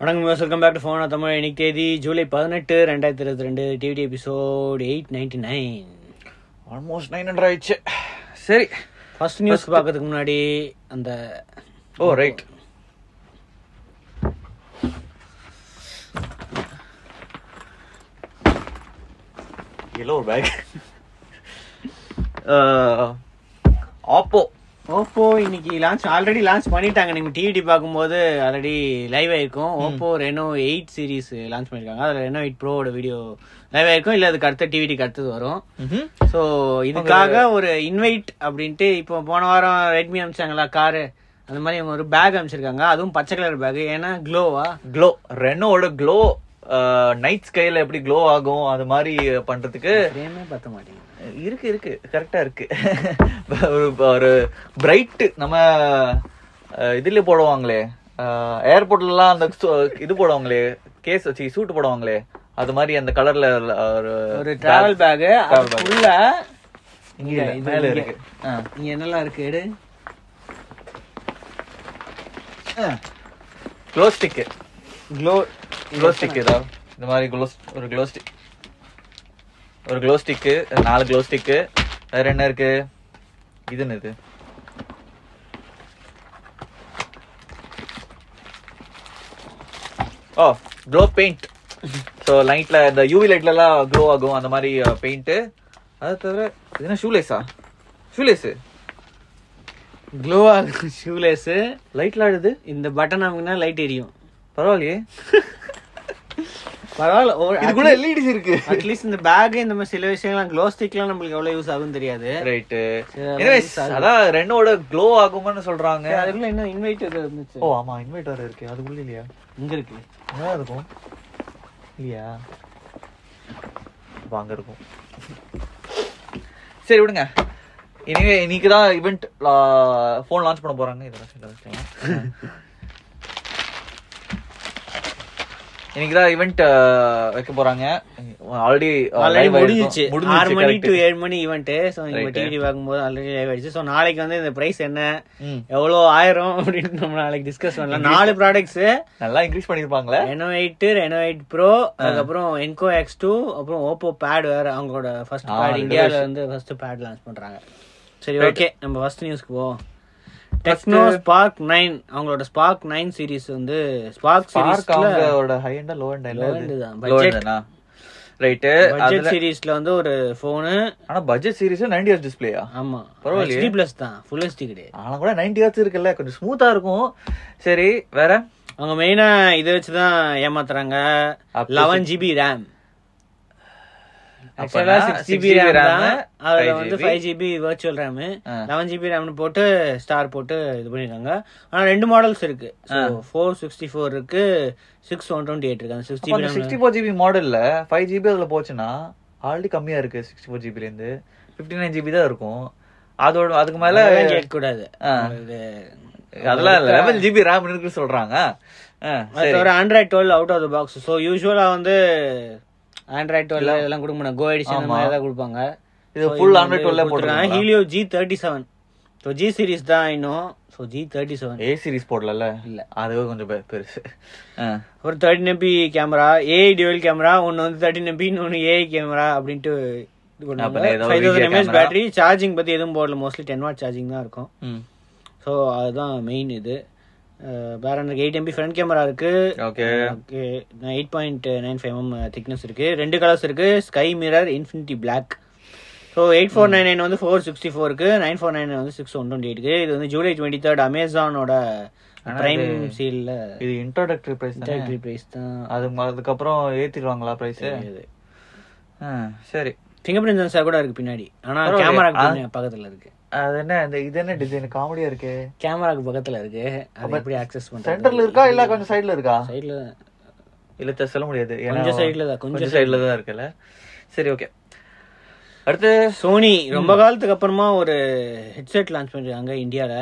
வணக்கம் welcome back to ஃபோனா தமிழ் இன்னைக்கு தேதி ஜூலை பதினெட்டு ரெண்டாயிரத்தி இருபத்தி ரெண்டு DVD episode eight ninety nine almost nine hundred ஆயிடுச்சு சரி ஃபர்ஸ்ட் நியூஸ் பார்க்கறதுக்கு முன்னாடி அந்த ஓ ரைட் எல்லோ ஒரு பேக் ஆப்போ ஓப்போ இன்னைக்கு லான்ச் ஆல்ரெடி லான்ச் பண்ணிட்டாங்க நீங்கள் டிவிடி பார்க்கும்போது ஆல்ரெடி லைவ் ஆயிருக்கும் Oppo Reno eight series launch பண்ணியிருக்காங்க அதில் ரெனோ எயிட் ப்ரோவோட வீடியோ லைவ் ஆயிருக்கும் இல்லை அதுக்கு அடுத்த டிவிடிக்கு அடுத்தது வரும் ஸோ இதுக்காக ஒரு இன்வைட் அப்படின்ட்டு இப்போ போன வாரம் ரெட்மி அமிச்சாங்களா காரு அந்த மாதிரி இவங்க ஒரு பேக் அமிச்சிருக்காங்க அதுவும் பச்சை கலர் பேக் ஏன்னா க்ளோவா க்ளோ ரெனோட க்ளோ நைட் ஸ்கைல எப்படி க்ளோ ஆகும் அது மாதிரி பண்றதுக்கு ஃப்ரேமே பத்த மாட்டேங்குது இருக்கு இருக்கு கரெக்டா இருக்கு ஒரு- ஒரு பிரைட் நம்ம அஹ், இதுல போடுவாங்களே ஏர்போர்ட்லலாம் அந்த சு- இது போடுவாங்களே கேஸ் வச்சு சூட் போடுவாங்களே அது மாதிரி அந்த கலர்ல ஒரு ஒரு டிராவல் பேக் அதுக்குள்ள இங்க இங்க, இல்ல, இது மேல இங்க. இருக்கு ஆ. இங்க என்னெல்லாம் இருக்கு எடு glow stick glow glow stick ஏதாவது இந்த மாதிரி க்ளோ ஒரு க்ளோ ஸ்டிக் ஒரு க்ளோ ஸ்டிக்கு நாலு க்ளோ ஸ்டிக்கு வேற என்ன இருக்கு இது என்னது ஓ க்ளோ பெயிண்ட் ஸோ லைட்ல இந்த யூவி லைட்லலாம் க்ளோ ஆகும் அந்த மாதிரி பெயிண்ட்டு அது தவிர இது என்ன ஷூலேஸா ஷூலேஸு க்ளோ ஆகுது ஷூலேஸ் லைட்ல ஆடுது இந்த பட்டன் அமுக்குனா லைட் எரியும் பரவாயில்லையே பரவாயில்ல ஒரு இதுக்குள்ள எல்இடிஸ் இருக்கு அட்லீஸ்ட் இந்த பேக் இந்த மாதிரி சில விஷயங்கள்லாம் க்ளோ ஸ்டிக்லாம் நம்மளுக்கு எவ்வளவு யூஸ் ஆகும் தெரியாது ரைட்டு சரி, எனிவேஸ் அதான் ரெனோட க்ளோ ஆகும்னு சொல்றாங்க சரி, அதுக்குள்ள இன்னும் இன்வைட் இருந்துச்சு ஓ ஆமா இன்வெர்டர் இருக்கு அதுக்குள்ள இல்லையா இங்க இருக்கு அதான் இருக்கும் இல்லையா அப்ப அங்க இருக்கும் சரி விடுங்க இனிமே இன்னைக்கு தான் இவெண்ட் ஃபோன் லான்ச் பண்ண போறாங்க இதெல்லாம் சரி, அதெல்லாம் சரி. இன்னைக்கு தான் இவெண்ட் வைக்க போறாங்க ஆல்ரெடி ஆல்ரெடி முடிஞ்சிச்சு ஆறு மணி டு ஏழு மணி ஈவெண்ட் ஸோ நீங்க டிவி பார்க்கும்போது ஆல்ரெடி லைவ் ஆயிடுச்சு ஸோ நாளைக்கு வந்து இந்த பிரைஸ் என்ன ம். எவ்வளோ ஆயிரும் அப்படின்னு நம்ம நாளைக்கு டிஸ்கஸ் பண்ணலாம் நாலு ப்ராடக்ட்ஸ் நல்லா இன்க்ரீஸ் பண்ணிருப்பாங்களே Reno eight Reno eight bro அதுக்கப்புறம் என்கோ எக்ஸ் டூ அப்புறம் ஓப்போ பேட் வேற அவங்களோட ஃபர்ஸ்ட் பேட் இந்தியாவில் வந்து ஃபர்ஸ்ட் பேட் லான்ச் பண்றாங்க சரி ஓகே நம்ம ஃபர்ஸ்ட் நியூஸ்க்கு போவோம் டெக்னோ ஸ்பார்க் நைன் அவங்களோட ஸ்பார்க் நைன் சீரிஸ் வந்து ஸ்பார்க் பார்க் சீரிஸ்ல அவங்களோட high and low and Low end தான். Low Budget. And right budget சீரிஸ்ல வந்து ஒரு ஃபோனு ஆனா பட்ஜெட் சீரிஸ் 90 ஹெச் டிஸ்பிளேயா ஆமா பரவாயில்லையே. ஹெச்டி பிளஸ் தான் ஃபுல் ஹெச்டி கிடையாது ஆனா கூட 90 ஹெச் இருக்குல்ல கொஞ்சம் ஸ்மூத்தா இருக்கும் சரி வேற அவங்க மெயினா இதை வச்சு தான் ஏமாத்துறாங்க அப்போ லெவன் ஜிபி ரேம் அப்பனா ஆக்சுவலா six GB 6GB RAM RAM, தான் அதுல 5GB. வந்து ஃபைவ் ஜிபி வர்ச்சுவல் ரேமு ஆ. லெவன் ஜிபி ரேம்னு போட்டு ஸ்டார் போட்டு இது பண்ணிருக்காங்க ஆனா ரெண்டு மாடல்ஸ் இருக்கு ஃபோர் சிக்ஸ்டி ஃபோர் இருக்கு சிக்ஸ் ஒன் டுவெண்ட்டி எயிட் இருக்கு அந்த சிக்ஸ் அப்ப ஜிபி அந்த ரேம் சிக்ஸ்டி ஃபோர் ஜிபி மாடல்ல ஃபைவ் ஜிபி அதுல போச்சுன்னா ஆல்ரெடி கம்மியா இருக்கு சிக்ஸ்டி ஃபோர் ஜிபில இருந்து பிப்டி நைன் ஜிபி தான் இருக்கும் அதோட அதுக்கு மேல கேட்க கூடாது ஆ. இது- அதெல்லாம் லெவன் ஜிபி ரேம் இருக்கு சொல்றாங்க ஆ, அது தவிர Android twelve out of the box so யூஸ்வலா வந்து ஆண்ட்ராய்ட் டுவெல் இதெல்லாம் கொடுக்க மாட்டாங்க கோ எடிஷன் அந்த மாதிரி தான் கொடுப்பாங்க இது ஃபுல் ஆண்ட்ராய்ட் டுவெல்ல போட்டுருக்காங்க Helio G thirty seven so G series தான் இன்னும் so G thirty seven A series போடல இல்ல. அதுவே கொஞ்சம் பெ- பெருசு ஆ. ஒரு thirteen MP camera AI dual camera ஒன்று வந்து தேர்ட்டின் எம்பி இன்னொன்று ஏஐ கேமரா அப்படின்ட்டு இது அப்ப பண்ணுவாங்க ஏதோ five video thousand mAh camera. Battery charging பற்றி எதுவும் போடல மோஸ்ட்லி டென் வாட் சார்ஜிங் தான் இருக்கும் ம் ஸோ அதுதான் மெயின் இது அஹ், வேற எனக்கு எயிட் எம்பி ஃப்ரண்ட் கேமரா இருக்கு okay eight point nine five M thickness uh, இருக்கு ரெண்டு கலர்ஸ் இருக்கு sky mirror infinity black so eight four nine nine வந்து ஃபோர் சிக்ஸ்டி ஃபோருக்கு நைன் ஃபோர் நைன் வந்து சிக்ஸ் ஒன் டுவெண்ட்டி எயிட்க்கு இது வந்து ஜூலை டுவெண்ட்டி தேர்ட் அமேசானோட பிரைம் சீலில் இது இன்ட்ரோடக்டரி பிரைஸ் தானே ப்ரைஸ் தான் அது ம- அதுக்கப்புறம் ஏத்திடுவாங்களா பிரைஸ் இது சரி ஃபிங்கர் பிரிண்ட் சென்சார் கூட இருக்கு பின்னாடி ஆனா பரவாயில்லையே. கேமராக்கு பின்ன- பக்கத்துல இருக்கு அது என்ன இந்த இது என்ன டிசைன் காமெடியா இருக்கு கேமராக்கு பக்கத்துல இருக்கு அது எப்படி ஆக்சஸ் பண்றது சென்டர்ல இருக்கா இல்ல கொஞ்சம் சைடுல இருக்கா சைடுல இல்ல தெ- சொல்ல முடியாது ஏன்னா கொஞ்சம் சைடுல தான் கொஞ்சம் கொஞ்சம் சைடுல தான் இருக்குல்ல சரி ஓகே அடுத்து சோனி ரொம்ப காலத்துக்கு அப்புறமா ஒரு ஹெட்செட் லான்ச் பண்ணிருக்காங்க இந்தியால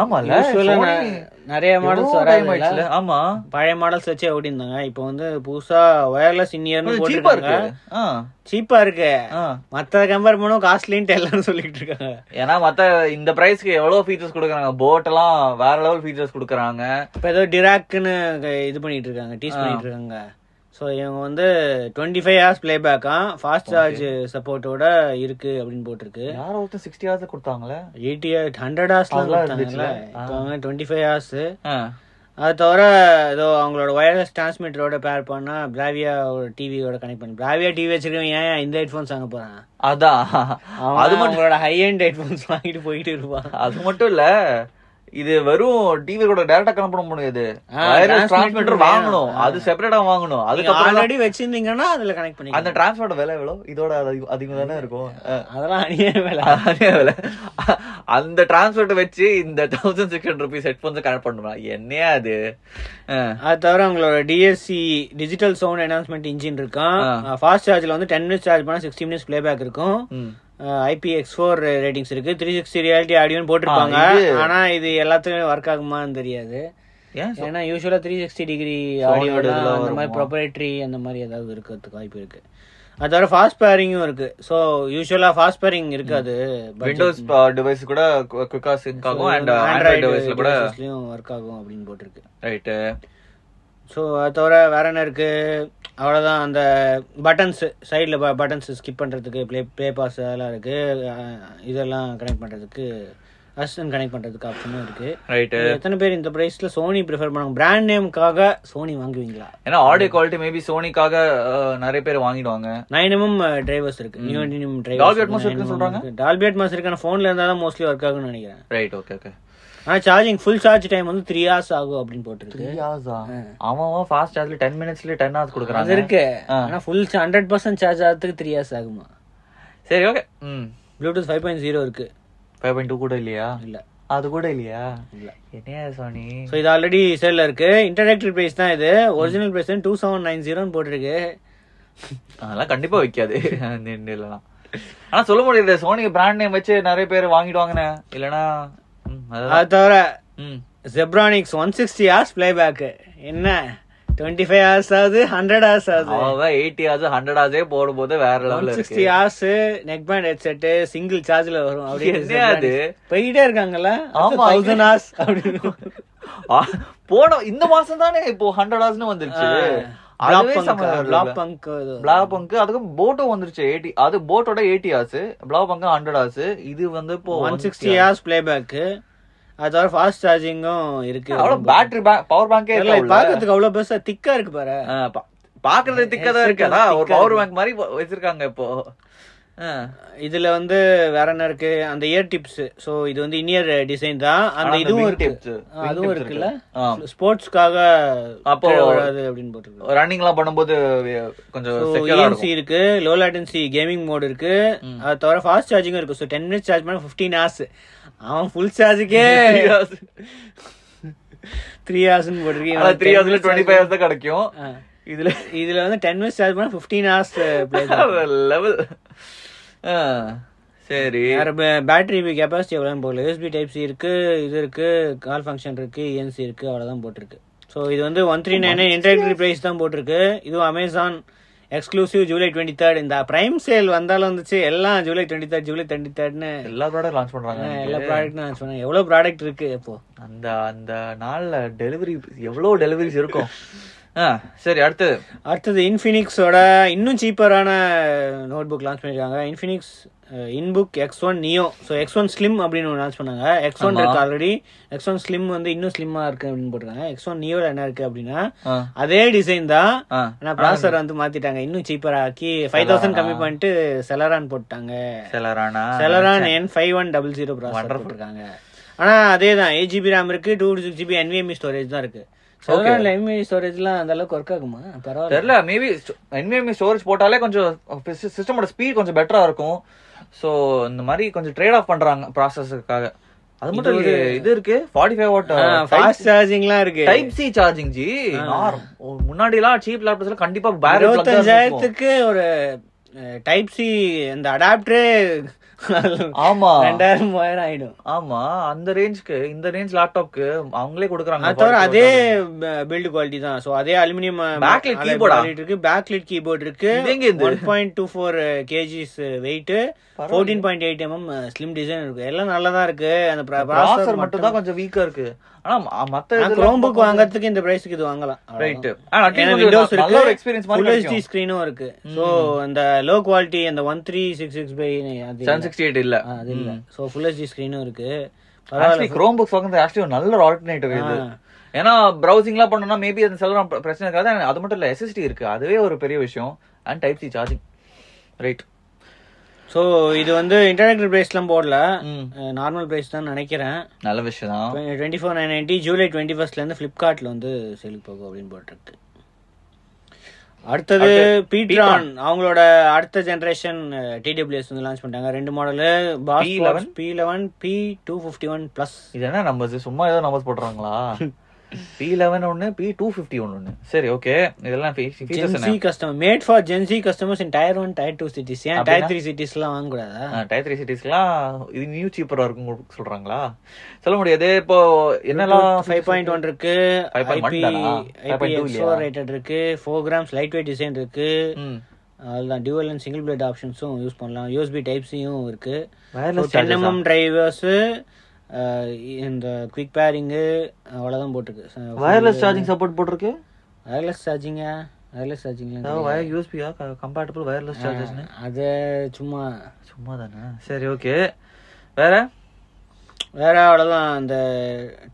ஆமால Usual ஆ Sony ந- நிறைய எவ்வளோ models time வராதுல்ல? ஆயிடுச்சுல? ஆமா பழைய மாடல்ஸ் வச்சு ஓடி இருந்தாங்க இப்போ வந்து புதுசா ஒயர்லெஸ் இனியர்னு கொஞ்சம் சீப்பா போட்டுருக்காங்க இருக்கு ஆ சீப்பா இருக்கு ஆ மத்த கம்பேர் பண்ணும் காஸ்ட்லின்ட்டு எல்லாரும் சொல்லிட்டு இருக்காங்க ஏன்னா மத்த இந்த பிரைஸ்க்கு எவ்வளவு ஃபீச்சர்ஸ் கொடுக்குறாங்க போட் எல்லாம் வேற லெவல் ஃபீச்சர்ஸ் கொடுக்குறாங்க இப்போ ஏதோ டிராக்னு இது பண்ணிட்டு இருக்காங்க டீஸ் பண்ணிட்டு இருக்காங்க ஸோ இவங்க வந்து டுவெண்ட்டி ஃபைவ் ஹவர்ஸ் பிளே பேக்கா ஃபாஸ்ட் சார்ஜ் சப்போர்ட்டோட இருக்கு அப்படின்னு போட்டிருக்கு யாரோ ஒருத்தர் சிக்ஸ்டி ஹவர்ஸ் கொடுத்தாங்களே எயிட்டி ஹண்ட்ரட் ஹவர்ஸ்லாம் அதெல்லாம் கொடுத்தாங்கல்ல இருந்துச்சுல. இப்போ அவங்க டுவெண்ட்டி ஃபைவ் ஹவர்ஸ் ஆ. அது தவிர ஏதோ அவங்களோட ஒயர்லெஸ் டிரான்ஸ்மிட்டரோட பேர் பண்ணா பிராவியா டிவியோட கனெக்ட் பண்ணி பிராவியா டிவி வச்சிருக்கவன் ஏன் இந்த ஹெட்ஃபோன்ஸ் வாங்க போறான் அதான் அது அவங்களோட ஹை அண்ட் ஹெட்ஃபோன்ஸ் வாங்கிட்டு போயிட்டு இருப்பான் அது மட்டும் இல்ல இது வெறும் டிவி கூட டைரக்டா கனெக்ட் பண்ண முடியாது ஆ, வயர்லெஸ் transmitter டிரான்ஸ்மிட்டர் வேணும். வாங்கணும் அது செப்பரேட்டா வாங்கணும் அதுக்கப்புறம் ஆல்ரெடி வச்சிருந்தீங்கன்னா அதுல கனெக்ட் பண்ணி அந்த டிரான்ஸ்மிட்டர் விலை எவ்வளோ இதோட அதிகம் அதிகம் தானே இருக்கும் ஆ. அதெல்லாம் அணியே வேலை அதே வேலை. அந்த டிரான்ஸ்மிட்டர் வச்சு இந்த thousand six hundred rupees headphones connect பண்ணுமா என்னையா அது ஆ. அது தவிர அவங்களோட DSC digital sound announcement engine இருக்கான் ஃபாஸ்ட் சார்ஜில் வந்து டென் மினிட்ஸ் சார்ஜ் பண்ணா சிக்ஸ்டி மினிட்ஸ் பேக் இருக்கும் ம். ஐபி எக்ஸ் ஃபோர் ரேட்டிங்ஸ் இருக்கு த்ரீ சிக்ஸ்டி ரியாலிட்டி ஆடியோன்னு போட்டிருப்பாங்க ஆ, இது- ஆனா இது எல்லாத்துக்கும் ஒர்க் ஆகுமான்னு தெரியாது ஏன் ஏன்னா யூஸ்வலா த்ரீ சிக்ஸ்டி டிகிரி Sound ஆடியோட இதுல அந்த மாதிரி ப்ரொப்ரேட்டரி அந்த மாதிரி ஏதாவது இருக்கிறதுக்கு வாய்ப்பு இருக்கு அது தவிர ஃபாஸ்ட் பேரிங்கும் இருக்கு ஸோ யூஸ்வலா ஃபாஸ்ட் பேரிங் இருக்காது விண்டோஸ் டிவைஸ் கூட குவிக்கா சிங்க் ஆகும் அண்ட் ஆண்ட்ராய்டு ஆண்ட்ராய்டு டிவைஸ்ல கூட ஒர்க் ஆகும் அப்படின்னு போட்டிருக்கு ரைட்டு ஸோ அது தவிர வேற என்ன இருக்கு அவ்வளோதான் அந்த பட்டன்ஸ் சைடில் பட்டன்ஸ் ஸ்கிப் பண்ணுறதுக்கு ப்ளே ப்ளே பாஸ் அதெல்லாம் இருக்கு அஹ் இதெல்லாம் கனெக்ட் பண்ணுறதுக்கு அசிஸ்டன்ட் கனெக்ட் பண்ணுறதுக்கு ஆப்ஷனும் இருக்கு ரைட்டு எத்தனை பேர் இந்த ப்ரைஸில் சோனி ப்ரிஃபர் பண்ணுவாங்க பிராண்ட் நேமுக்காக சோனி வாங்குவீங்களா ஏன்னா ஆடியோ குவாலிட்டி மேபி சோனிக்காக அஹ், uh, நிறைய பேர் வாங்கிடுவாங்க நைன் எம்எம் டிரைவர்ஸ் இருக்கு நியூ எம்எம் Dolby Atmos இருக்குன்னு சொல்றாங்க? டால்பி அட்மாஸ் இருக்கு ஆனால் ஃபோனில் இருந்தால் தான் மோஸ்ட்லி ஒர்க் ஆகும்னு நினைக்கிறேன் ரைட் ஓகே ஓகே ஆனால் சார்ஜிங் ஃபுல் சார்ஜ் டைம் வந்து த்ரீ ஹவர்ஸ் ஆகும் அப்படின்னு போட்டிருக்கு அவன் ஃபாஸ்ட் சார்ஜ்ல டென் மினிட்ஸ்ல டென் ஹவர்ஸ் அது கொடுக்குறாங்க இருக்கு ஆ. ஆனால் ஃபுல் ஹண்ட்ரட் பர்சன்ட் சார்ஜ் ஆகிறதுக்கு த்ரீ ஹவர்ஸ் ஆகுமா சரி ஓகே ம் ப்ளூடூத் ஃபைவ் பாயிண்ட் ஜீரோ இருக்கு ஃபைவ் பாயிண்ட் டூ கூட இல்லையா இல்ல அது கூட இல்லையா இல்ல என்னையா சோனி ஸோ இது ஆல்ரெடி சேல்ல இருக்கு இன்டராக்டிவ் பிரைஸ் தான் இது original price two seven nine ஜீரோன்னு போட்டிருக்கு அதெல்லாம் கண்டிப்பா வைக்காது இல்லலாம் ஆனா சொல்ல முடியாது சோனிக்கு பிராண்ட் நேம் வச்சு நிறைய பேர் வாங்கிடுவாங்கண்ணே இல்லனா ம், அதான் அது தவிர ம் Zebronics one sixty hours play back என்ன டுவெண்ட்டி ஃபைவ் ஹார்ஸ் ஆகுது ஹண்ட்ரட் ஹார்ஸ் ஆகுது அவன் எயிட்டி ஹார்ஸ் ஹண்ட்ரட் ஹார்ஸே போடும்போது வேற ஒன் லெவல்ல இருக்கு sixty hours neck band headset single சார்ஜ்ல வரும் அப்படியே என்னையா அது? Zebronics. போயிட்டே இருக்காங்கல்ல ஆமா, தௌசண்ட் ஹார்ஸ் அப்படின்னு ஆ, போன இந்த மாசம் தானே இப்போ ஹண்ட்ரட் ஹார்ஸ்னு வந்துருச்சு அதுவே பிளாக் பங்க் பிளா பங்கு அதுக்கு போட்டும் வந்துருச்சு எயிட்டி அது போட்டோட எயிட்டி ஹார்ஸ் பிளா பங்கு ஹண்ட்ரட் ஹார்ஸ் இது வந்து இப்போ one sixty hours play back அது தவிர ஃபாஸ்ட் சார்ஜிங்கும் இருக்கு அவ்வளவு பேட்டரி பவர் பேங்கே தெரியல, இது பாக்குறதுக்கு அவ்வளவு பெருசா திக்கா இருக்கு பாரு பாக்குறது திக்கா தான் இருக்கு அதான் ஒரு பவர் பேங்க் மாதிரி வ- வச்சிருக்காங்க இப்போ ஆ. இதுல வந்து வேற என்ன இருக்கு அந்த இயர் டிப்ஸ் சோ இது வந்து இனியர் டிசைன் தான் அந்த இதுவும் wing இருக்கு tips, ஆ, wing அதுவும் tips இருக்குல்ல ஆ. ஸ்போர்ட்ஸ்க்காக அப்போ- அப்போ வராது அப்படின்னு போட்டிருக்கு ரன்னிங் எல்லாம் பண்ணும்போது வே- கொஞ்சம் செக்யூரா EMC இருக்கும் இருக்கு லோ லேட்டன்சி கேமிங் மோட் இருக்கு அது தவிர ஃபாஸ்ட் சார்ஜிங்கும் இருக்கு ஸோ டென் மினிட்ஸ் சார்ஜ் பண்ண ஃபிஃப்டீன் ஹார்ஸ் அவன் ஃபுல் சார்ஜுக்கே த்ரீ ஹார்ஸ்னு போட்டிருக்கு ஆனா இவன் த்ரீ 10 ஹவர்ஸ்ல minutes twenty charge- five hours தான் கிடைக்கும் ஆ. இதுல இதுல வந்து டென் மினிட்ஸ் சார்ஜ் பண்ண ஃபிஃப்டீன் ஹார்ஸ் லெவல் சரி வேற பேட்டரி கெப்பாசிட்டி எவ்வளோன்னு போடல யூஎஸ்பி டைப் சி இருக்கு இது இருக்கு கால் ஃபங்க்ஷன் இருக்கு இஎன்சி இருக்கு அவ்வளோதான் போட்டிருக்கு ஸோ இது வந்து one three nine introductory price தான் போட்டிருக்கு இதுவும் Amazon exclusive July twenty third இந்த பிரைம் சேல் வந்தாலும் வந்துச்சு எல்லாம் July twenty third July twenty தேர்ட்னு எல்லா ப்ராடக்ட் லான்ச் பண்றாங்க எல்லா ப்ராடக்ட் நான் சொன்னேன் எவ்வளோ ப்ராடக்ட் இருக்கு இப்போ அந்த அந்த நாள்ல டெலிவரி எவ்வளவு டெலிவரிஸ் இருக்கும் ஆ, சரி அடுத்தது அடுத்தது இன்ஃபினிக்ஸோட இன்னும் சீப்பரான நோட் புக் லான்ச் பண்ணியிருக்காங்க Infinix இன்புக் X one Neo so X one slim அப்படின்னு ஒன்று லான்ச் பண்ணாங்க எக்ஸ் ஒன் இருக்கு ஆல்ரெடி எக்ஸ் ஒன் ஸ்லிம் வந்து இன்னும் ஸ்லிம்மா இருக்கு அப்படின்னு போட்டிருக்காங்க எக்ஸ் ஒன் நியோல என்ன இருக்கு அப்படின்னா ஆ, அதே டிசைன் தான் ஆ. ஆனா ப்ராசர் வந்து மாத்திட்டாங்க இன்னும் சீப்பரா ஆக்கி ஃபைவ் தௌசண்ட் கம்மி பண்ணிட்டு செலரான் போட்டாங்க செலரானா Celeron N five one double zero processor போட்டிருக்காங்க ஆனா அதே தான் எயிட் ஜிபி ரேம் இருக்கு two six GB NVMe storage E தான் இருக்கு செலரான் NVMe ஸ்டோரேஜ்லாம் E அந்த அளவுக்கு ஒர்க் ஆகுமா பரவாயில்ல தெரியல மேபி என்விஎம்இ ஸ்டோரேஜ் போட்டாலே கொஞ்சம் சிஸ்டமோட ஸ்பீட் கொஞ்சம் பெட்டரா இருக்கும் ஸோ இந்த மாதிரி கொஞ்சம் ட்ரேட் ஆஃப் பண்றாங்க ப்ராசஸுக்காக அது மட்டும் இல்ல இது இருக்கு ஃபார்ட்டி ஃபைவ் வாட் ஃபாஸ்ட் சார்ஜிங்லாம் இருக்கு டைப் சி சார்ஜிங் ஜி முன்னாடி எல்லாம் சீப் லேப்டாப்ஸ்ல கண்டிப்பா பேரேஜ் இருபத்தஞ்சாயிரத்துக்கு ஒரு டைப் சி அந்த அடாப்டரே ஆமா ரெண்டாயிரம் மூவாயிரம் ஆயிடும் ஆமா அந்த ரேஞ்சுக்கு இந்த ரேஞ்ச் லேப்டாப்க்கு அவங்களே கொடுக்குறாங்க அது தவிர அதே பில்டு குவாலிட்டி தான் சோ அதே அலுமினியம் Backlit keyboard ஆ? இருக்கு பேக்லிட் கீபோர்ட் இருக்கு இது எங்க இருந்து? One point two four KGs weight fourteen point eight mm slim design இருக்கு எல்லாம் நல்லா தான் இருக்கு அந்த ப்ராசர் ப்ராசர் மட்டும் தான் கொஞ்சம் வீக்கா இருக்கு ஆனா ம- மத்த நான் இதெல்லாம் Chromebook வாங்குறதுக்கு இந்த பிரைஸ்க்கு இது வாங்கலாம் Right. அவ்வளவுதான். ஆனா at least ஏன்னா உங்களுக்கு Windows நல்ல ஒரு experience இருக்கு மாதிரி Full HD கிடைக்கும். screen-உம் இருக்கு சோ அந்த லோ குவாலிட்டி அந்த 1366 by அது இல்ல. 768 இல்ல ஆ, அது இல்ல சோ Full HD screen-உம் இருக்கு ஆக்சுவலி குரோம் புக்ஸ் வாங்குறது ஆக்சுவலி ஒரு நல்ல ஒரு ஆல்டர்னேட்டிவ் இது ஏன்னா ப்ரௌசிங்லாம் பண்ணோம்னா மேபி அந்த செல்லுலாம் பிர- பிரச்சனை இருக்காது And அது மட்டும் இல்ல எஸ்எஸ்டி இருக்கு அதுவே ஒரு பெரிய விஷயம் and type C charging right so இது வந்து இன்டராக்டிவ் பிரைஸ்லாம் போடல ம். நார்மல் பிரைஸ் தான் நினைக்கிறேன் நல்ல விஷயம் தான் twenty four nine ninety July twenty ஃபர்ஸ்ட்லேருந்து ஃப்ளிப்கார்ட்டில் வந்து சேலுக்கு போகும் அப்படின்னு போட்டிருக்கு அடுத்தது பீட்ரான் அவங்களோட அடுத்த ஜென்ரேஷன் டிடபிள்யூஎஸ் வந்து லான்ச் பண்ணிட்டாங்க ரெண்டு model pass P11? P eleven P two fifty one plus இது என்ன நம்பர்ஸ் சும்மா ஏதோ நம்பர்ஸ் போடுறாங்களா பி லெவன் ஒன்னு பி டூ ஃபிஃப்டி ஒன்னு சரி ஓகே இதெல்லாம் features என்ன Gen Z customer made for Gen Z customers in tier one tier two cities ஏன் டயர் த்ரீ சிட்டிஸ்லாம் வாங்கக்கூடாதா டயர் த்ரீ சிட்டிஸ்லாம் இது நியூ சீப்பரா இருக்கும் சொல்றாங்களா சொல்ல முடியாது இப்போ என்னெல்லாம் ஃபைவ் பாயிண்ட் ஒன் இருக்கு 5.1 ஐபி தானா? ஐபி 5.2 இல்லையா? ரேட்டட் இருக்கு four grams light weight design இருக்கு ம் அதுதான் டியூவல் அண்ட் சிங்கிள் பிளேட் ஆப்ஷன்ஸும் யூஸ் பண்ணலாம் யூஎஸ்பி டைப்ஸையும் இருக்கு Wireless டென் chargers ஆ? எம்எம் டிரைவர்ஸு uh, இந்த குவிக் பேரிங்கு அவ்வளோதான் போட்டிருக்கு வயர்லெஸ் சார்ஜிங் சப்போர்ட் போட்டிருக்கு வயர்லெஸ் சார்ஜிங்கா வயர்லெஸ் சார்ஜிங்லாம் வயர் யூஎஸ்பியா கம்பேட்டபிள் வயர்லெஸ் சார்ஜர்ஸ்னு அது சும்மா சும்மா தானே சரி ஓகே வேற வேற அவ்வளோதான் அந்த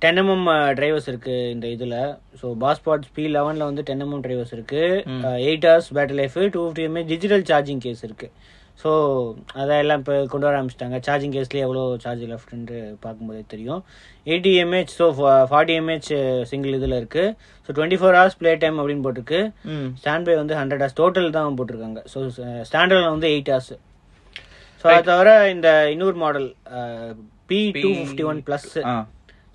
டென் எம்எம் டிரைவர்ஸ் இருக்கு இந்த இதில் ஸோ பாஸ்பாட் பி லெவனில் வந்து டென் எம்எம் டிரைவர்ஸ் இருக்கு eight hours battery life two fifty mA digital charging case இருக்கு ஸோ அதெல்லாம் இப்போ கொண்டு வர ஆரம்பிச்சிட்டாங்க சார்ஜிங் கேஸ்லேயே எவ்வளோ சார்ஜ் லெஃப்ட்ன்ட்டு பார்க்கும்போதே தெரியும் eighty mAh so forty mAh single இதில் இருக்கு so twenty four hours play time அப்படின்னு போட்டிருக்கு ம் ஸ்டாண்ட் பை வந்து ஹண்ட்ரட் ஹவர்ஸ் டோட்டல் தான் போட்டிருக்காங்க ஸோ ஸ்டாண்டர்டில் வந்து எயிட் ஹவர்ஸ் ஸோ அது தவிர இந்த இன்னொரு uh, model P two fifty one plus ஆ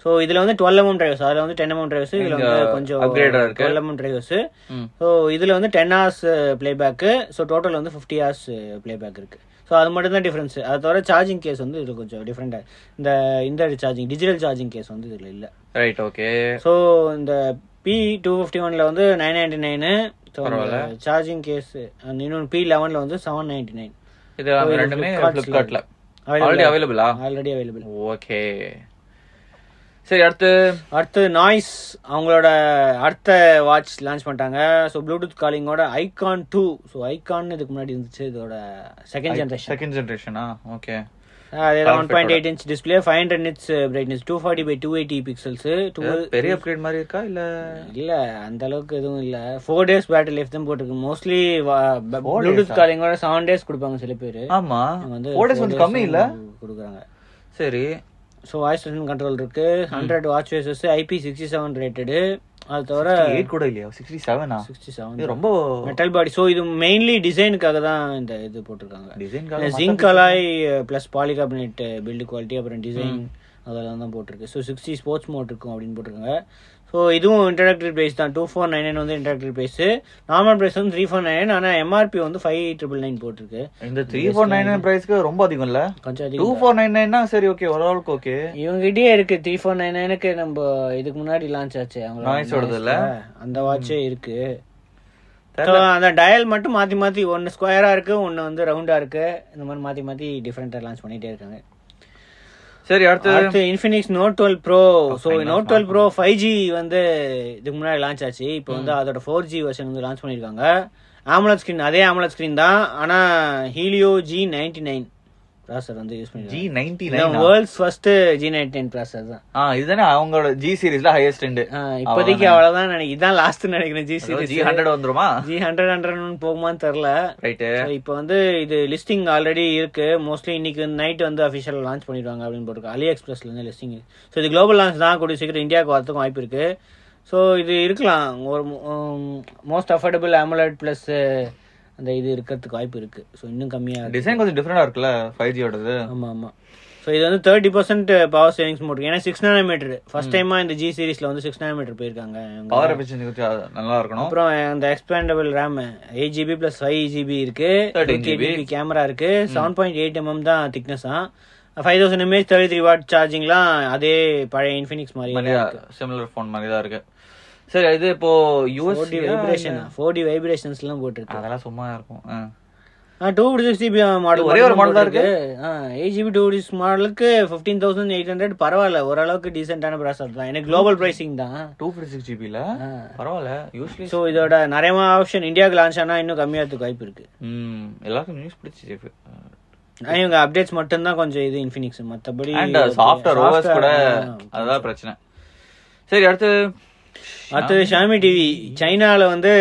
ஸோ இதில் வந்து டுவெல் எம்எம் டிரைவர்ஸ் அதில் வந்து டென் எம்எம் டிரைவர்ஸ் இதில் வந்து இங்க கொஞ்சம் upgraded ஆ இருக்கு. டுவெல் எம்எம் டிரைவர்ஸ் ம். ஸோ இதில் வந்து uh, ten hours playback so total வந்து ஃபிஃப்டி ஹவர்ஸ் ப்ளேபேக் இருக்கு ஸோ அது மட்டும் தான் டிஃப்ரென்ஸ் அது தவிர சார்ஜிங் கேஸ் வந்து இதில் கொஞ்சம் டிஃப்ரெண்டாக இந்த இந்த சார்ஜிங் டிஜிட்டல் சார்ஜிங் கேஸ் வந்து இதில் இல்லை ரைட் ஓகே ஸோ இந்த பி டூ ஃபிஃப்டி ஒனில் வந்து nine ninety nine charging case இன்னொன்று பி லெவனில் வந்து செவன் நைன்டி நைன் இது அவங்க ரெண்டுமே Flipkartல. ஃப்ளிப்கார்ட்ல ஆல்ரெடி அவைலபிளா ஆல்ரெடி அவைலபிள் ஓகே சரி அடுத்து அடுத்து நாய்ஸ் அவங்களோட அடுத்த வாட்ச் லான்ச் பண்ணிட்டாங்க ஸோ ப்ளூடூத் காலிங்கோட ஐகான் டூ ஸோ ஐகான் இதுக்கு முன்னாடி இருந்துச்சு இதோட செகண்ட் ஜென்ரேஷன் செகண்ட் ஜென்ரேஷனா ஓகே அது one point eight inch display five hundred nits brightness two forty by two eighty pixels two பெரிய அப்கிரேட் மாதிரி இருக்கா இல்ல இல்ல அந்த அளவுக்கு எதுவும் இல்ல ஃபோர் டேஸ் பேட்டரி லைஃப் தான் போட்டிருக்கு மோஸ்ட்லி ப்ளூடூத் காலிங்கோட செவன் டேஸ் கொடுப்பாங்க சில பேர் ஆமா ஓடஸ் கொஞ்சம் கம்மி இல்ல கொடுக்குறாங்க சரி ஸோ வாய்ஸ் ரிட்டன் கண்ட்ரோல் இருக்கு hundred watch faces IP sixty seven rated அது தவிர 8 கூட இல்லையா 67 ஆ சிக்ஸ்டி செவன் இது ரொம்ப மெட்டல் பாடி ஸோ இது மெயின்லி டிசைனுக்காக தான் இந்த இது போட்டிருக்காங்க design zinc alloy plus polycarbonate build quality அப்புறம் டிசைன் அதெல்லாம் தான் போட்டிருக்கு ஸோ சிக்ஸ்டி ஸ்போர்ட்ஸ் மோட் இருக்கும் அப்படின்னு போட்டிருக்காங்க ஸோ இதுவும் இன்டராக்டிவ் ப்ரைஸ் தான் டூ ஃபோர் நைன் நைன் வந்து இன்டராக்டிவ் ப்ரைஸ் நார்மல் ப்ரைஸ் வந்து த்ரீ ஃபோர் நைன் ஆனால் எம்ஆர்பி வந்து ஃபைவ் ட்ரிபிள் நைன் போட்டிருக்கு இந்த 3499 பிரைஸ்க்கு ரொம்ப அதிகம் இல்ல கொஞ்சம் அதிகம் 2499 னா சரி ஓகே ஓரளவுக்கு ஓகே இவங்ககிட்டயே இருக்கு த்ரீ ஃபோர் நைன் நைனுக்கு நம்ம இதுக்கு முன்னாடி லான்ச் ஆச்சு அவங்களோட Noise ஓடது இல்ல? அந்த வாட்சே இருக்கு So, அந்த டயல் மட்டும் மாத்தி மாத்தி ஒன்னு ஸ்கொயரா இருக்கு ஒன்னு வந்து ரவுண்டா இருக்கு இந்த மாதிரி மாத்தி மாத்தி டிஃப்ரெண்டா லான்ச் பண்ணிட்டே இருக்காங்க சரி அடுத்து அடுத்து Infinix note twelve pro so note twelve pro five G வந்து இதுக்கு முன்னாடி லான்ச் ஆச்சு இப்போ வந்து அதோட ஃபோர் ஜி வெர்ஷன் வந்து லான்ச் பண்ணியிருக்காங்க ஆம்புலன்ஸ் ஸ்க்ரீன் அதே ஆம்புலன்ஸ் ஸ்க்ரீன் தான் ஆனால் Helio G ninety nine processor வந்து யூஸ் பண்ணிருக்காங்க G99 world's first G ninety nine processor தான் ஆ இதுதானே அவங்களோட ஜி சீரிஸ்ல ஹையஸ்ட் எண்டு ஆ, இப்போதைக்கு அவ்வளவுதான் நினைக்கிறேன் இதான் லாஸ்ட் நினைக்கிறேன் ஜி ஜி சீரிஸ் ஹண்ட்ரட் வந்துருமா ஜி ஹண்ட்ரட் ஹண்ட்ரட் போகுமான்னு தெரில ரைட்டு இப்போ வந்து இது லிஸ்டிங் ஆல்ரெடி இருக்கு மோஸ்ட்லி இன்னைக்கு நைட் வந்து அஃபிஷியல் லான்ச் பண்ணிடுவாங்க அப்படின்னு போட்டிருக்கு அலி எக்ஸ்பிரஸ்ல இருந்து லிஸ்டிங் ஸோ இது குளோபல் லான்ச் தான் கூடிய சீக்கிரம் இந்தியாவுக்கு வரதுக்கும் வாய்ப்பு இருக்கு ஸோ இது இருக்கலாம் ஒரு மோஸ்ட் அஃபோர்டபுள் ஆமுலட் பிளஸ் அந்த இது இருக்கிறதுக்கு வாய்ப்பு இருக்கு ஸோ இன்னும் கம்மியா இருக்கு டிசைன் கொஞ்சம் டிஃப்ரெண்டா இருக்குல்ல ஃபைவ் ஜியோடது ஆமா ஆமா ஸோ இது வந்து thirty percent power savings motor ஏன்னா சிக்ஸ் நானோமீட்டர் ஃபர்ஸ்ட் டைமா இந்த ஜி சீரிஸ்ல வந்து சிக்ஸ் நானோமீட்டர் போயிருக்காங்க இவங்க. பவர் எஃபிஷியன்சி கொஞ்சம் நல்லா இருக்கணும் அப்புறம் அந்த expandable RAM eight GB plus five GB இருக்கு 13GB. ஜிபி கேமரா இருக்கு seven point eight mm mm தான் திக்னஸ் தான் five thousand mAh thirty three watt சார்ஜிங்லாம் அதே பழைய இன்ஃபினிக்ஸ் மாதிரி சிமிலர் ஃபோன் மாதிரி தான் இருக்கு சரி இது இப்போ யூஎஸ் ஃபோர்டி வைப்ரேஷன் ஃபோர்டி வைப்ரேஷன்ஸ்லாம் போட்டிருக்கு அதெல்லாம் சும்மா இருக்கும் ஆ. டூ சிக்ஸ் ஜிபி மாடல் ஒரே ஒரு model தான் எயிட் ஜிபி டூ டிஸ் மாடலுக்கு ஃபிஃப்டீன் தௌசண்ட் எயிட் ஹண்ட்ரட் பரவாயில்ல ஓரளவுக்கு டீசென்டான ப்ராசர் தான் எனக்கு குளோபல் ப்ரைசிங் தான் டூ ஃபிஃப்டி சிக்ஸ் ஜிபியில் பரவாயில்ல யூஸ்லி ஸோ இதோட நிறைய ஆப்ஷன் இந்தியாவுக்கு லான்ச் ஆனா இன்னும் கம்மியாகிறதுக்கு வாய்ப்பு இருக்கு ம் எல்லாருக்கும் நியூஸ் பிடிச்சி ஆனா இவங்க அப்டேட்ஸ் மட்டும்தான் கொஞ்சம் இது இன்ஃபினிக்ஸ் மற்றபடி அண்ட் சாஃப்ட்வேர் ஓவர்ஸ் uh, கூட அதுதான் பிரச்சனை சரி அடுத்து அடுத்தது ஷாமி டிவி சைனால வந்து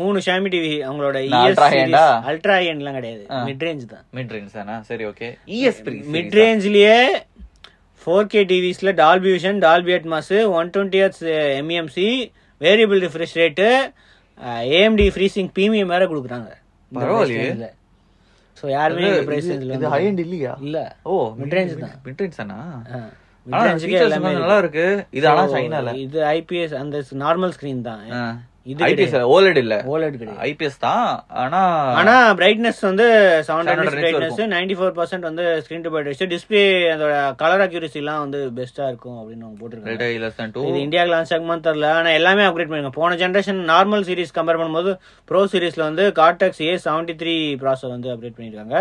மூணு ஷாமி டிவி அவங்களோட ultra high-end ஆ? அல்ட்ரா ஹேண்ட்லாம் கிடையாது மிட் ரேஞ்ச் தான் மிட் ரேஞ்ச் தானே சரி E okay ES three mid ரேஞ்ச்லயே ஃபோர் கே டிவிஸ்ல Dolby Vision Dolby Atmos one twenty hertz MMC variable refresh rate uh, AMD FreeSync premium வேற கொடுக்குறாங்க பரவாயில்லையே. ஸோ யாருமே இந்த price range ல இது வந்து- ஹை அண்ட் இல்லையா இல்ல ஓ Mid மிட் range ரேஞ்ச் தான். தான் மிட் ரேஞ்ச் தானா ஆ. ஆனா, Mid range க்கு features எல்லாமே நல்லா இருக்கு இது ஆனா சைனால இது ஐபிஎஸ் அந்த நார்மல் ஸ்கிரீன் தான் இது ஐபிஎஸ் ஓலெட் E இல்ல ஓலட் E கிடையாது ஐபிஎஸ் தான் ஆனா ஆனா பிரைட்னஸ் வந்து seven 700 hundred nits brightness ninety four percent வந்து ஸ்கிரீன் டு பிரைட் டிஸ்பிளே அதோட கலர் அக்யூரசி எல்லாம் வந்து பெஸ்டா இருக்கும் அப்படின்னு அவங்க போட்டிருக்காங்க ரெட் ஐ லெஸ் தன் டூ இது இந்தியாவுக்கு லான்ச் ஆகுமான்னு தெரியல ஆனா எல்லாமே அப்கிரேட் பண்ணுங்க போன ஜென்ரேஷன் நார்மல் சீரிஸ் கம்பேர் பண்ணும்போது ப்ரோ சீரிஸ்ல வந்து Cortex A seventy three processor வந்து அப்டேட் பண்ணிருக்காங்க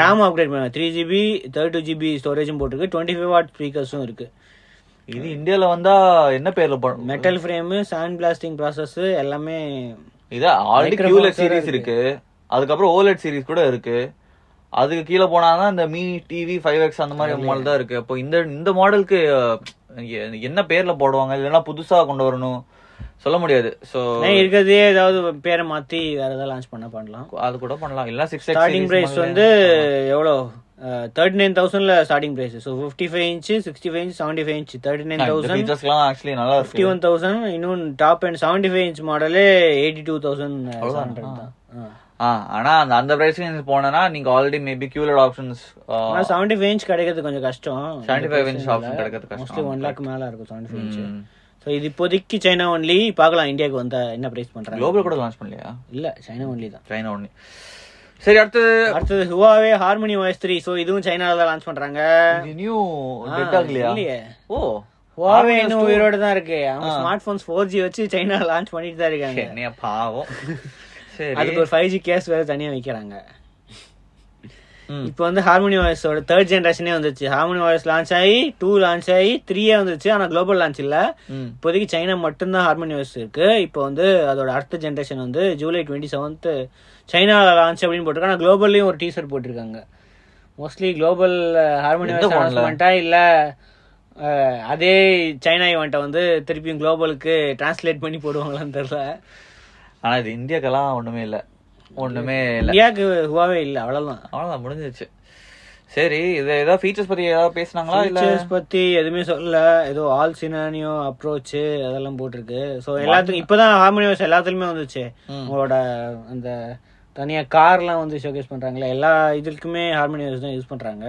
ரேம் அப்கிரேட் பண்ணுங்க three GB thirty two GB ஸ்டோரேஜும் போட்டிருக்கு டுவெண்ட்டி ஃபைவ் வாட் ஸ்பீக்கர்ஸும் இருக்கு இது இந்தியால வந்தா என்ன பேர்ல பண்ணும் metal frame sand blasting process எல்லாமே இது ஆல்ரெடி Microphone கியூலெட் வேற சீரிஸ் இருக்கு அதுக்கப்புறம் ஓலெட் சீரிஸ் கூட இருக்கு அதுக்கு கீழே போனாதான் இந்த மீ டிவி ஃபைவ் எக்ஸ் அந்த மாதிரி மாடல் தான் இருக்கு அப்போ இந்த இந்த மாடலுக்கு என்ன பேர்ல போடுவாங்க இல்லைன்னா புதுசா கொண்டு வரணும் சொல்ல முடியாது சோ ஏன் இருக்கிறதே ஏதாவது பேரை மாத்தி வேற ஏதாவது லான்ச் பண்ண பண்ணலாம் அது கூட பண்ணலாம் இல்ல சிக்ஸ் ஸ்டார்டிங் பிரைஸ் வந்து எவ்வளோ தேர்ட்டி நைன் தௌசண்ட்ல starting price so fifty five inch sixty five inch seventy five inch thirty nine thousand ஃபீச்சர்ஸ்லாம் ஆக்சுவலி நல்லா இருக்கு ஃபிஃப்டி ஒன் தௌசண்ட் இன்னும் top and seventy five inch மாடலே eighty two thousand hundred uh, தான் ஆ, ஆனா அந்த அந்த பிரைஸ்க்கு போனேன்னா நீங்க ஆல்ரெடி மேபி கியூலெட் ஆப்ஷன்ஸ் ஆனால் செவன்டி ஃபைவ் இன்ச் கிடைக்கிறது கொஞ்சம் கஷ்டம் 75 inch option கிடைக்கிறது கஷ்டம். மோஸ்ட்லி ஒன் லேக் மேலே இருக்கும் செவன்டி ஃபைவ் இன்ச் ஸோ இது இப்போதைக்கு சைனா ஒன்லி பார்க்கலாம் இந்தியாவுக்கு வந்தா என்ன பிரைஸ் பண்றாங்க குளோபல் கூட லான்ச் பண்ணலையா இல்ல சைனா ஒன்லி தான் சைனா ஒன்னு சரி அடுத்தது அடுத்தது Huawei Harmony OS three so இதுவும் சைனால தான் லான்ச் பண்றாங்க நியூ ஆ, டெட் ஆகலையா இல்லையே ஓ Huawei இன்னும் உயிரோட தான் இருக்கு அவங்க ஸ்மார்ட் போன்ஸ் ஃபோர் ஜி வச்சு சைனா லான்ச் பண்ணிட்டு தான் இருக்காங்க என்னைய பாவம் சரி அதுக்கு ஒரு ஃபைவ் ஜி கேஸ் வேற தனியா வைக்கிறாங்க ம். இப்போ வந்து ஹார்மோனி வாய்ஸோட தேர்ட் ஜென்ரேஷனே வந்துச்சு ஹார்மோனி வாய்ஸ் லான்ச் ஆகி டூ லான்ச் ஆகி த்ரீயே வந்துச்சு ஆனா குளோபல் லான்ச் இல்ல ம். இப்போதைக்கு சைனா மட்டும்தான் ஹார்மோனி வாய்ஸ் இருக்கு இப்போ வந்து அதோட அடுத்த ஜென்ரேஷன் வந்து ஜூலை டுவெண்ட்டி செவன்த் சைனால லான்ச் அப்படின்னு போட்டிருக்காங்க ஆனா குளோபல்லையும் ஒரு டீசர் போட்டிருக்காங்க uh, மோஸ்ட்லி குளோபல் ஹார்மோனி எந்த வாய்ஸ் phone ல? அனௌன்ஸ்மெண்ட்டா இல்ல அஹ், அதே சைனா இவன்ட்ட வந்து திருப்பியும் குளோபலுக்கு டிரான்ஸ்லேட் பண்ணி போடுவாங்களான்னு தெரியல ஆனா இது இந்தியாக்கெல்லாம் ஒண்ணுமே இல்ல ஒண்ணுமே இல்ல இந்தியாவுக்கு ஹுவாவே இல்ல அவ்வளவுதான் அவ்வளவுதான் முடிஞ்சிருச்சு சரி இது ஏதாவது ஃபீச்சர்ஸ் பத்தி ஏதாவது பேசுனாங்களா இல்ல ஃபீச்சர்ஸ் பத்தி எதுவுமே சொல்லல ஏதோ ஆல் சினானியோ அப்ரோச் அதெல்லாம் போட்டிருக்கு சோ எல்லாத்துக்கும் இப்பதான் ஹார்மோனியோஸ் எல்லாத்துலயுமே வந்துச்சு உங்களோட அந்த தனியா கார்லாம் வந்து ஷோகேஸ் பண்றாங்களே எல்லா இதுக்குமே ஹார்மோனியோஸ் தான் யூஸ் பண்றாங்க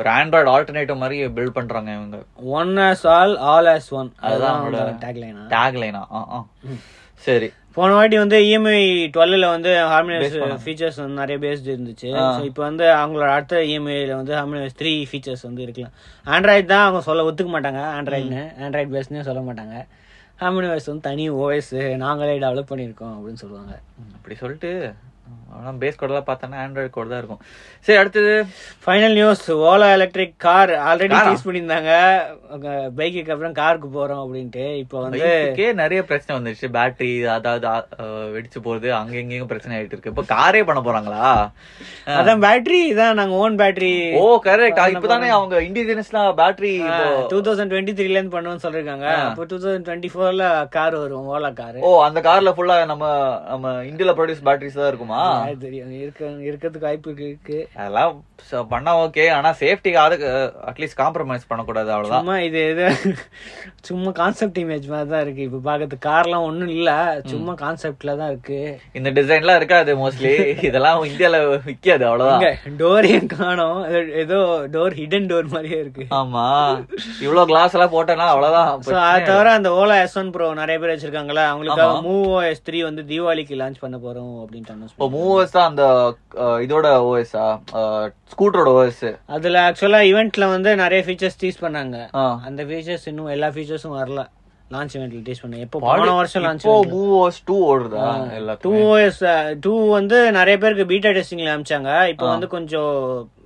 ஒரு ஆண்ட்ராய்டு ஆல்டர்னேட்டிவ் மாதிரி பில்ட் பண்றாங்க இவங்க one as all all as one அதுதான் அதுதான் அவங்களோட டேக்லைனா டேக் லைனா ஆ ஆ சரி போன வாட்டி வந்து E இஎம்ஐ டுவெல்ல வந்து ஹார்மோனியஸ் ஃபீச்சர்ஸ் வந்து நிறைய பேஸ்டு இருந்துச்சு So, இப்போ வந்து அவங்களோட அடுத்த E இஎம்ஐல வந்து ஹார்மோனியஸ் த்ரீ ஃபீச்சர்ஸ் வந்து இருக்கலாம் ஆண்ட்ராய்டு தான் அவங்க சொல்ல ஒத்துக்க மாட்டாங்க ஆண்ட்ராய்டுன்னு ஆண்ட்ராய்டு பேஸ்னே சொல்ல மாட்டாங்க ஹார்மோனியஸ் வந்து தனி ஓஎஸ் நாங்களே டெவலப் பண்ணியிருக்கோம் அப்படின்னு சொல்லுவாங்க அப்படி சொல்லிட்டு ஆனா பேஸ் கோட் தான் பார்த்தோன்னா ஆண்ட்ராய்டு கோட் தான் இருக்கும் சரி அடுத்தது final news Ola electric car already release பண்ணியிருந்தாங்க பைக்குக்கு அப்புறம் காருக்கு போறோம் அப்படின்ட்டு இப்போ வந்து பைக்குக்கே நிறைய பிரச்சனை வந்துருச்சு பேட்டரி அதாவது அ, அஹ், வெடிச்சு போறது அங்க இங்கேயும் பிரச்சனை ஆயிட்டு இருக்கு இப்ப காரே பண்ண போறாங்களா அதான் பேட்டரி தான் நாங்க ஓன் பேட்டரி ஓ கரெக்ட் இப்பதானே அவங்க இண்டிஜினஸ்லாம் பேட்டரி டூ தௌசண்ட் டுவெண்ட்டி த்ரீல இருந்து பண்ணுவோம்னு சொல்லிருக்காங்க அப்போ டூ தௌசண்ட் டுவெண்ட்டி கார் வரும் ஓலா கார் ஓ அந்த கார்ல ஃபுல்லா நம்ம நம்ம இந்தியால ப்ரொடியூஸ் பேட்டரிஸ் தான் இருக்குமா அது தெரியும் இருக்க இருக்கிறதுக்கு வாய்ப்பு இருக்கு- இருக்கு அதெல்லாம் ச- பண்ணா ஓகே ஆனா சேஃப்டிக்கு அது அட்லீஸ்ட் காம்ப்ரமைஸ் பண்ணக்கூடாது அவ்வளவுதான் சும்மா இது இது சும்மா கான்செப்ட் இமேஜ் மாதிரி தான் இருக்கு இப்ப பாக்கிறது கார்லாம் ஒண்ணும் இல்ல சும்மா கான்செப்ட்ல தான் இருக்கு இந்த டிசைன்லாம் இருக்காது மோஸ்ட்லி இதெல்லாம் இந்தியால விக்காது அவ்வளவுதான் டோரையும் காணோம் அது ஏதோ டோர் ஹிடன் டோர் மாதிரியே இருக்கு ஆமா இவ்வளவு கிளாஸ் எல்லாம் போட்டேன்னா அவ்வளவுதான் சோ அதை தவிர அந்த ஓலா எஸ் ஒன் ப்ரோ நிறைய பேர் வச்சிருக்காங்களா அவங்களுக்காக மூவோ எஸ் த்ரீ வந்து தீபாவளிக்கு லான்ச் பண்ண போறோம் அப்படின்னு சொன்னாங்க இப்போ மூவர்ஸ் தான் அந்த அஹ், இதோட ஓஎஸா ஸ்கூட்டரோட ஓஎஸ் அதுல ஆக்சுவலா இவெண்ட்ல வந்து நிறைய ஃபீச்சர்ஸ் டீஸ் பண்ணாங்க அந்த ஃபீச்சர்ஸ் இன்னும் எல்லா ஃபீச்சர்ஸும் வரல லான்ச் இவெண்ட்ல டீஸ் பண்ண எப்போ போன வருஷம் லான்ச் இப்போ மூவர்ஸ் டூ ஓடுதா டூ எல்லாத்துக்கும் ஓஎஸ் டூ வந்து நிறைய பேருக்கு பீட்டா டெஸ்டிங்ல அமிச்சாங்க இப்போ வந்து கொஞ்சம்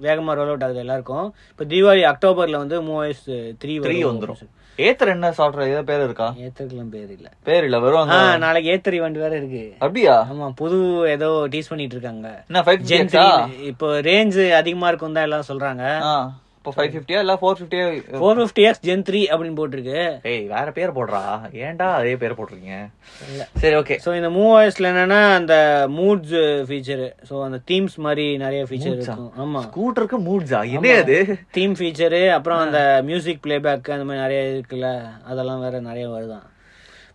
வேகமா ரோல் அவுட் ஆகுது எல்லாருக்கும் இப்போ தீபாவளி அக்டோபர்ல வந்து மூவஸ் த்ரீ த்ரீ வந்துரும் ஏத்தர் என்ன சாஃப்ட்வேர் ஏதோ பேர் இருக்கா ஏத்தருக்குலாம் பேர் இல்ல பேர் இல்ல வெறும் ஆ அந்த நாளைக்கு ஏத்தர் இவெண்ட் வேற இருக்கு அப்படியா ஆமா புது ஏதோ டீஸ் பண்ணிட்டு இருக்காங்க என்ன ஃபைவ் Gen ஜென்ஸா three, இப்போ ரேஞ்ச் அதிகமா இருக்கும் தான் எல்லாம் சொல்றாங்க இப்போ ஃபைவ் ஃபிஃப்டியா இல்ல ஃபோர் ஃபிஃப்டியா four fifty X gen three அப்படின்னு போட்டிருக்கு ஏய் வேற பேர் போடுறா ஏன்டா அதே பேர் போட்டிருக்கீங்க சரி ஓகே ஸோ இந்த மூவ் வாய்ஸ்ல என்னன்னா அந்த மூட்ஸ் ஃபீச்சர் ஸோ அந்த தீம்ஸ் மாதிரி நிறைய ஃபீச்சர் இருக்கும் ஆமா ஸ்கூட்டருக்கு மூட்ஸா என்ன அது தீம் ஃபீச்சரு அப்புறம் அந்த மியூசிக் பிளேபேக் அந்த மாதிரி நிறைய இருக்குல்ல அதெல்லாம் வேற நிறைய வருதான்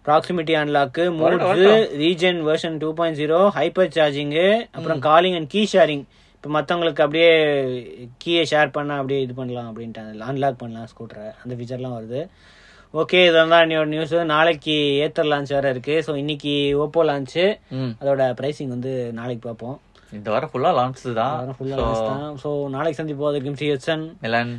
proximity unlock moods region version two point zero hyper charging அப்புறம் காலிங் அண்ட் கீ ஷேரிங் இப்போ மற்றவங்களுக்கு அப்படியே கீயை ஷேர் பண்ணால் அப்படியே இது பண்ணலாம் அப்படின்ட்டு அன்லாக் பண்ணலாம் ஸ்கூட்டரை அந்த ஃபீச்சர்லாம் வருது ஓகே இதெல்லாம் என்னோட நியூஸ் நாளைக்கு ஏத்தர் லான்ச் வேற இருக்கு ஸோ இன்னைக்கு ஓப்போ லான்ச்சு ம். அதோட ப்ரைசிங் வந்து நாளைக்கு பார்ப்போம் இந்த வாரம் ஃபுல்லா லான்ச் தான் ஃபுல்லாக ஸோ நாளைக்கு சந்திப்போம் அதுக்கு ஹெச்என் மிலன்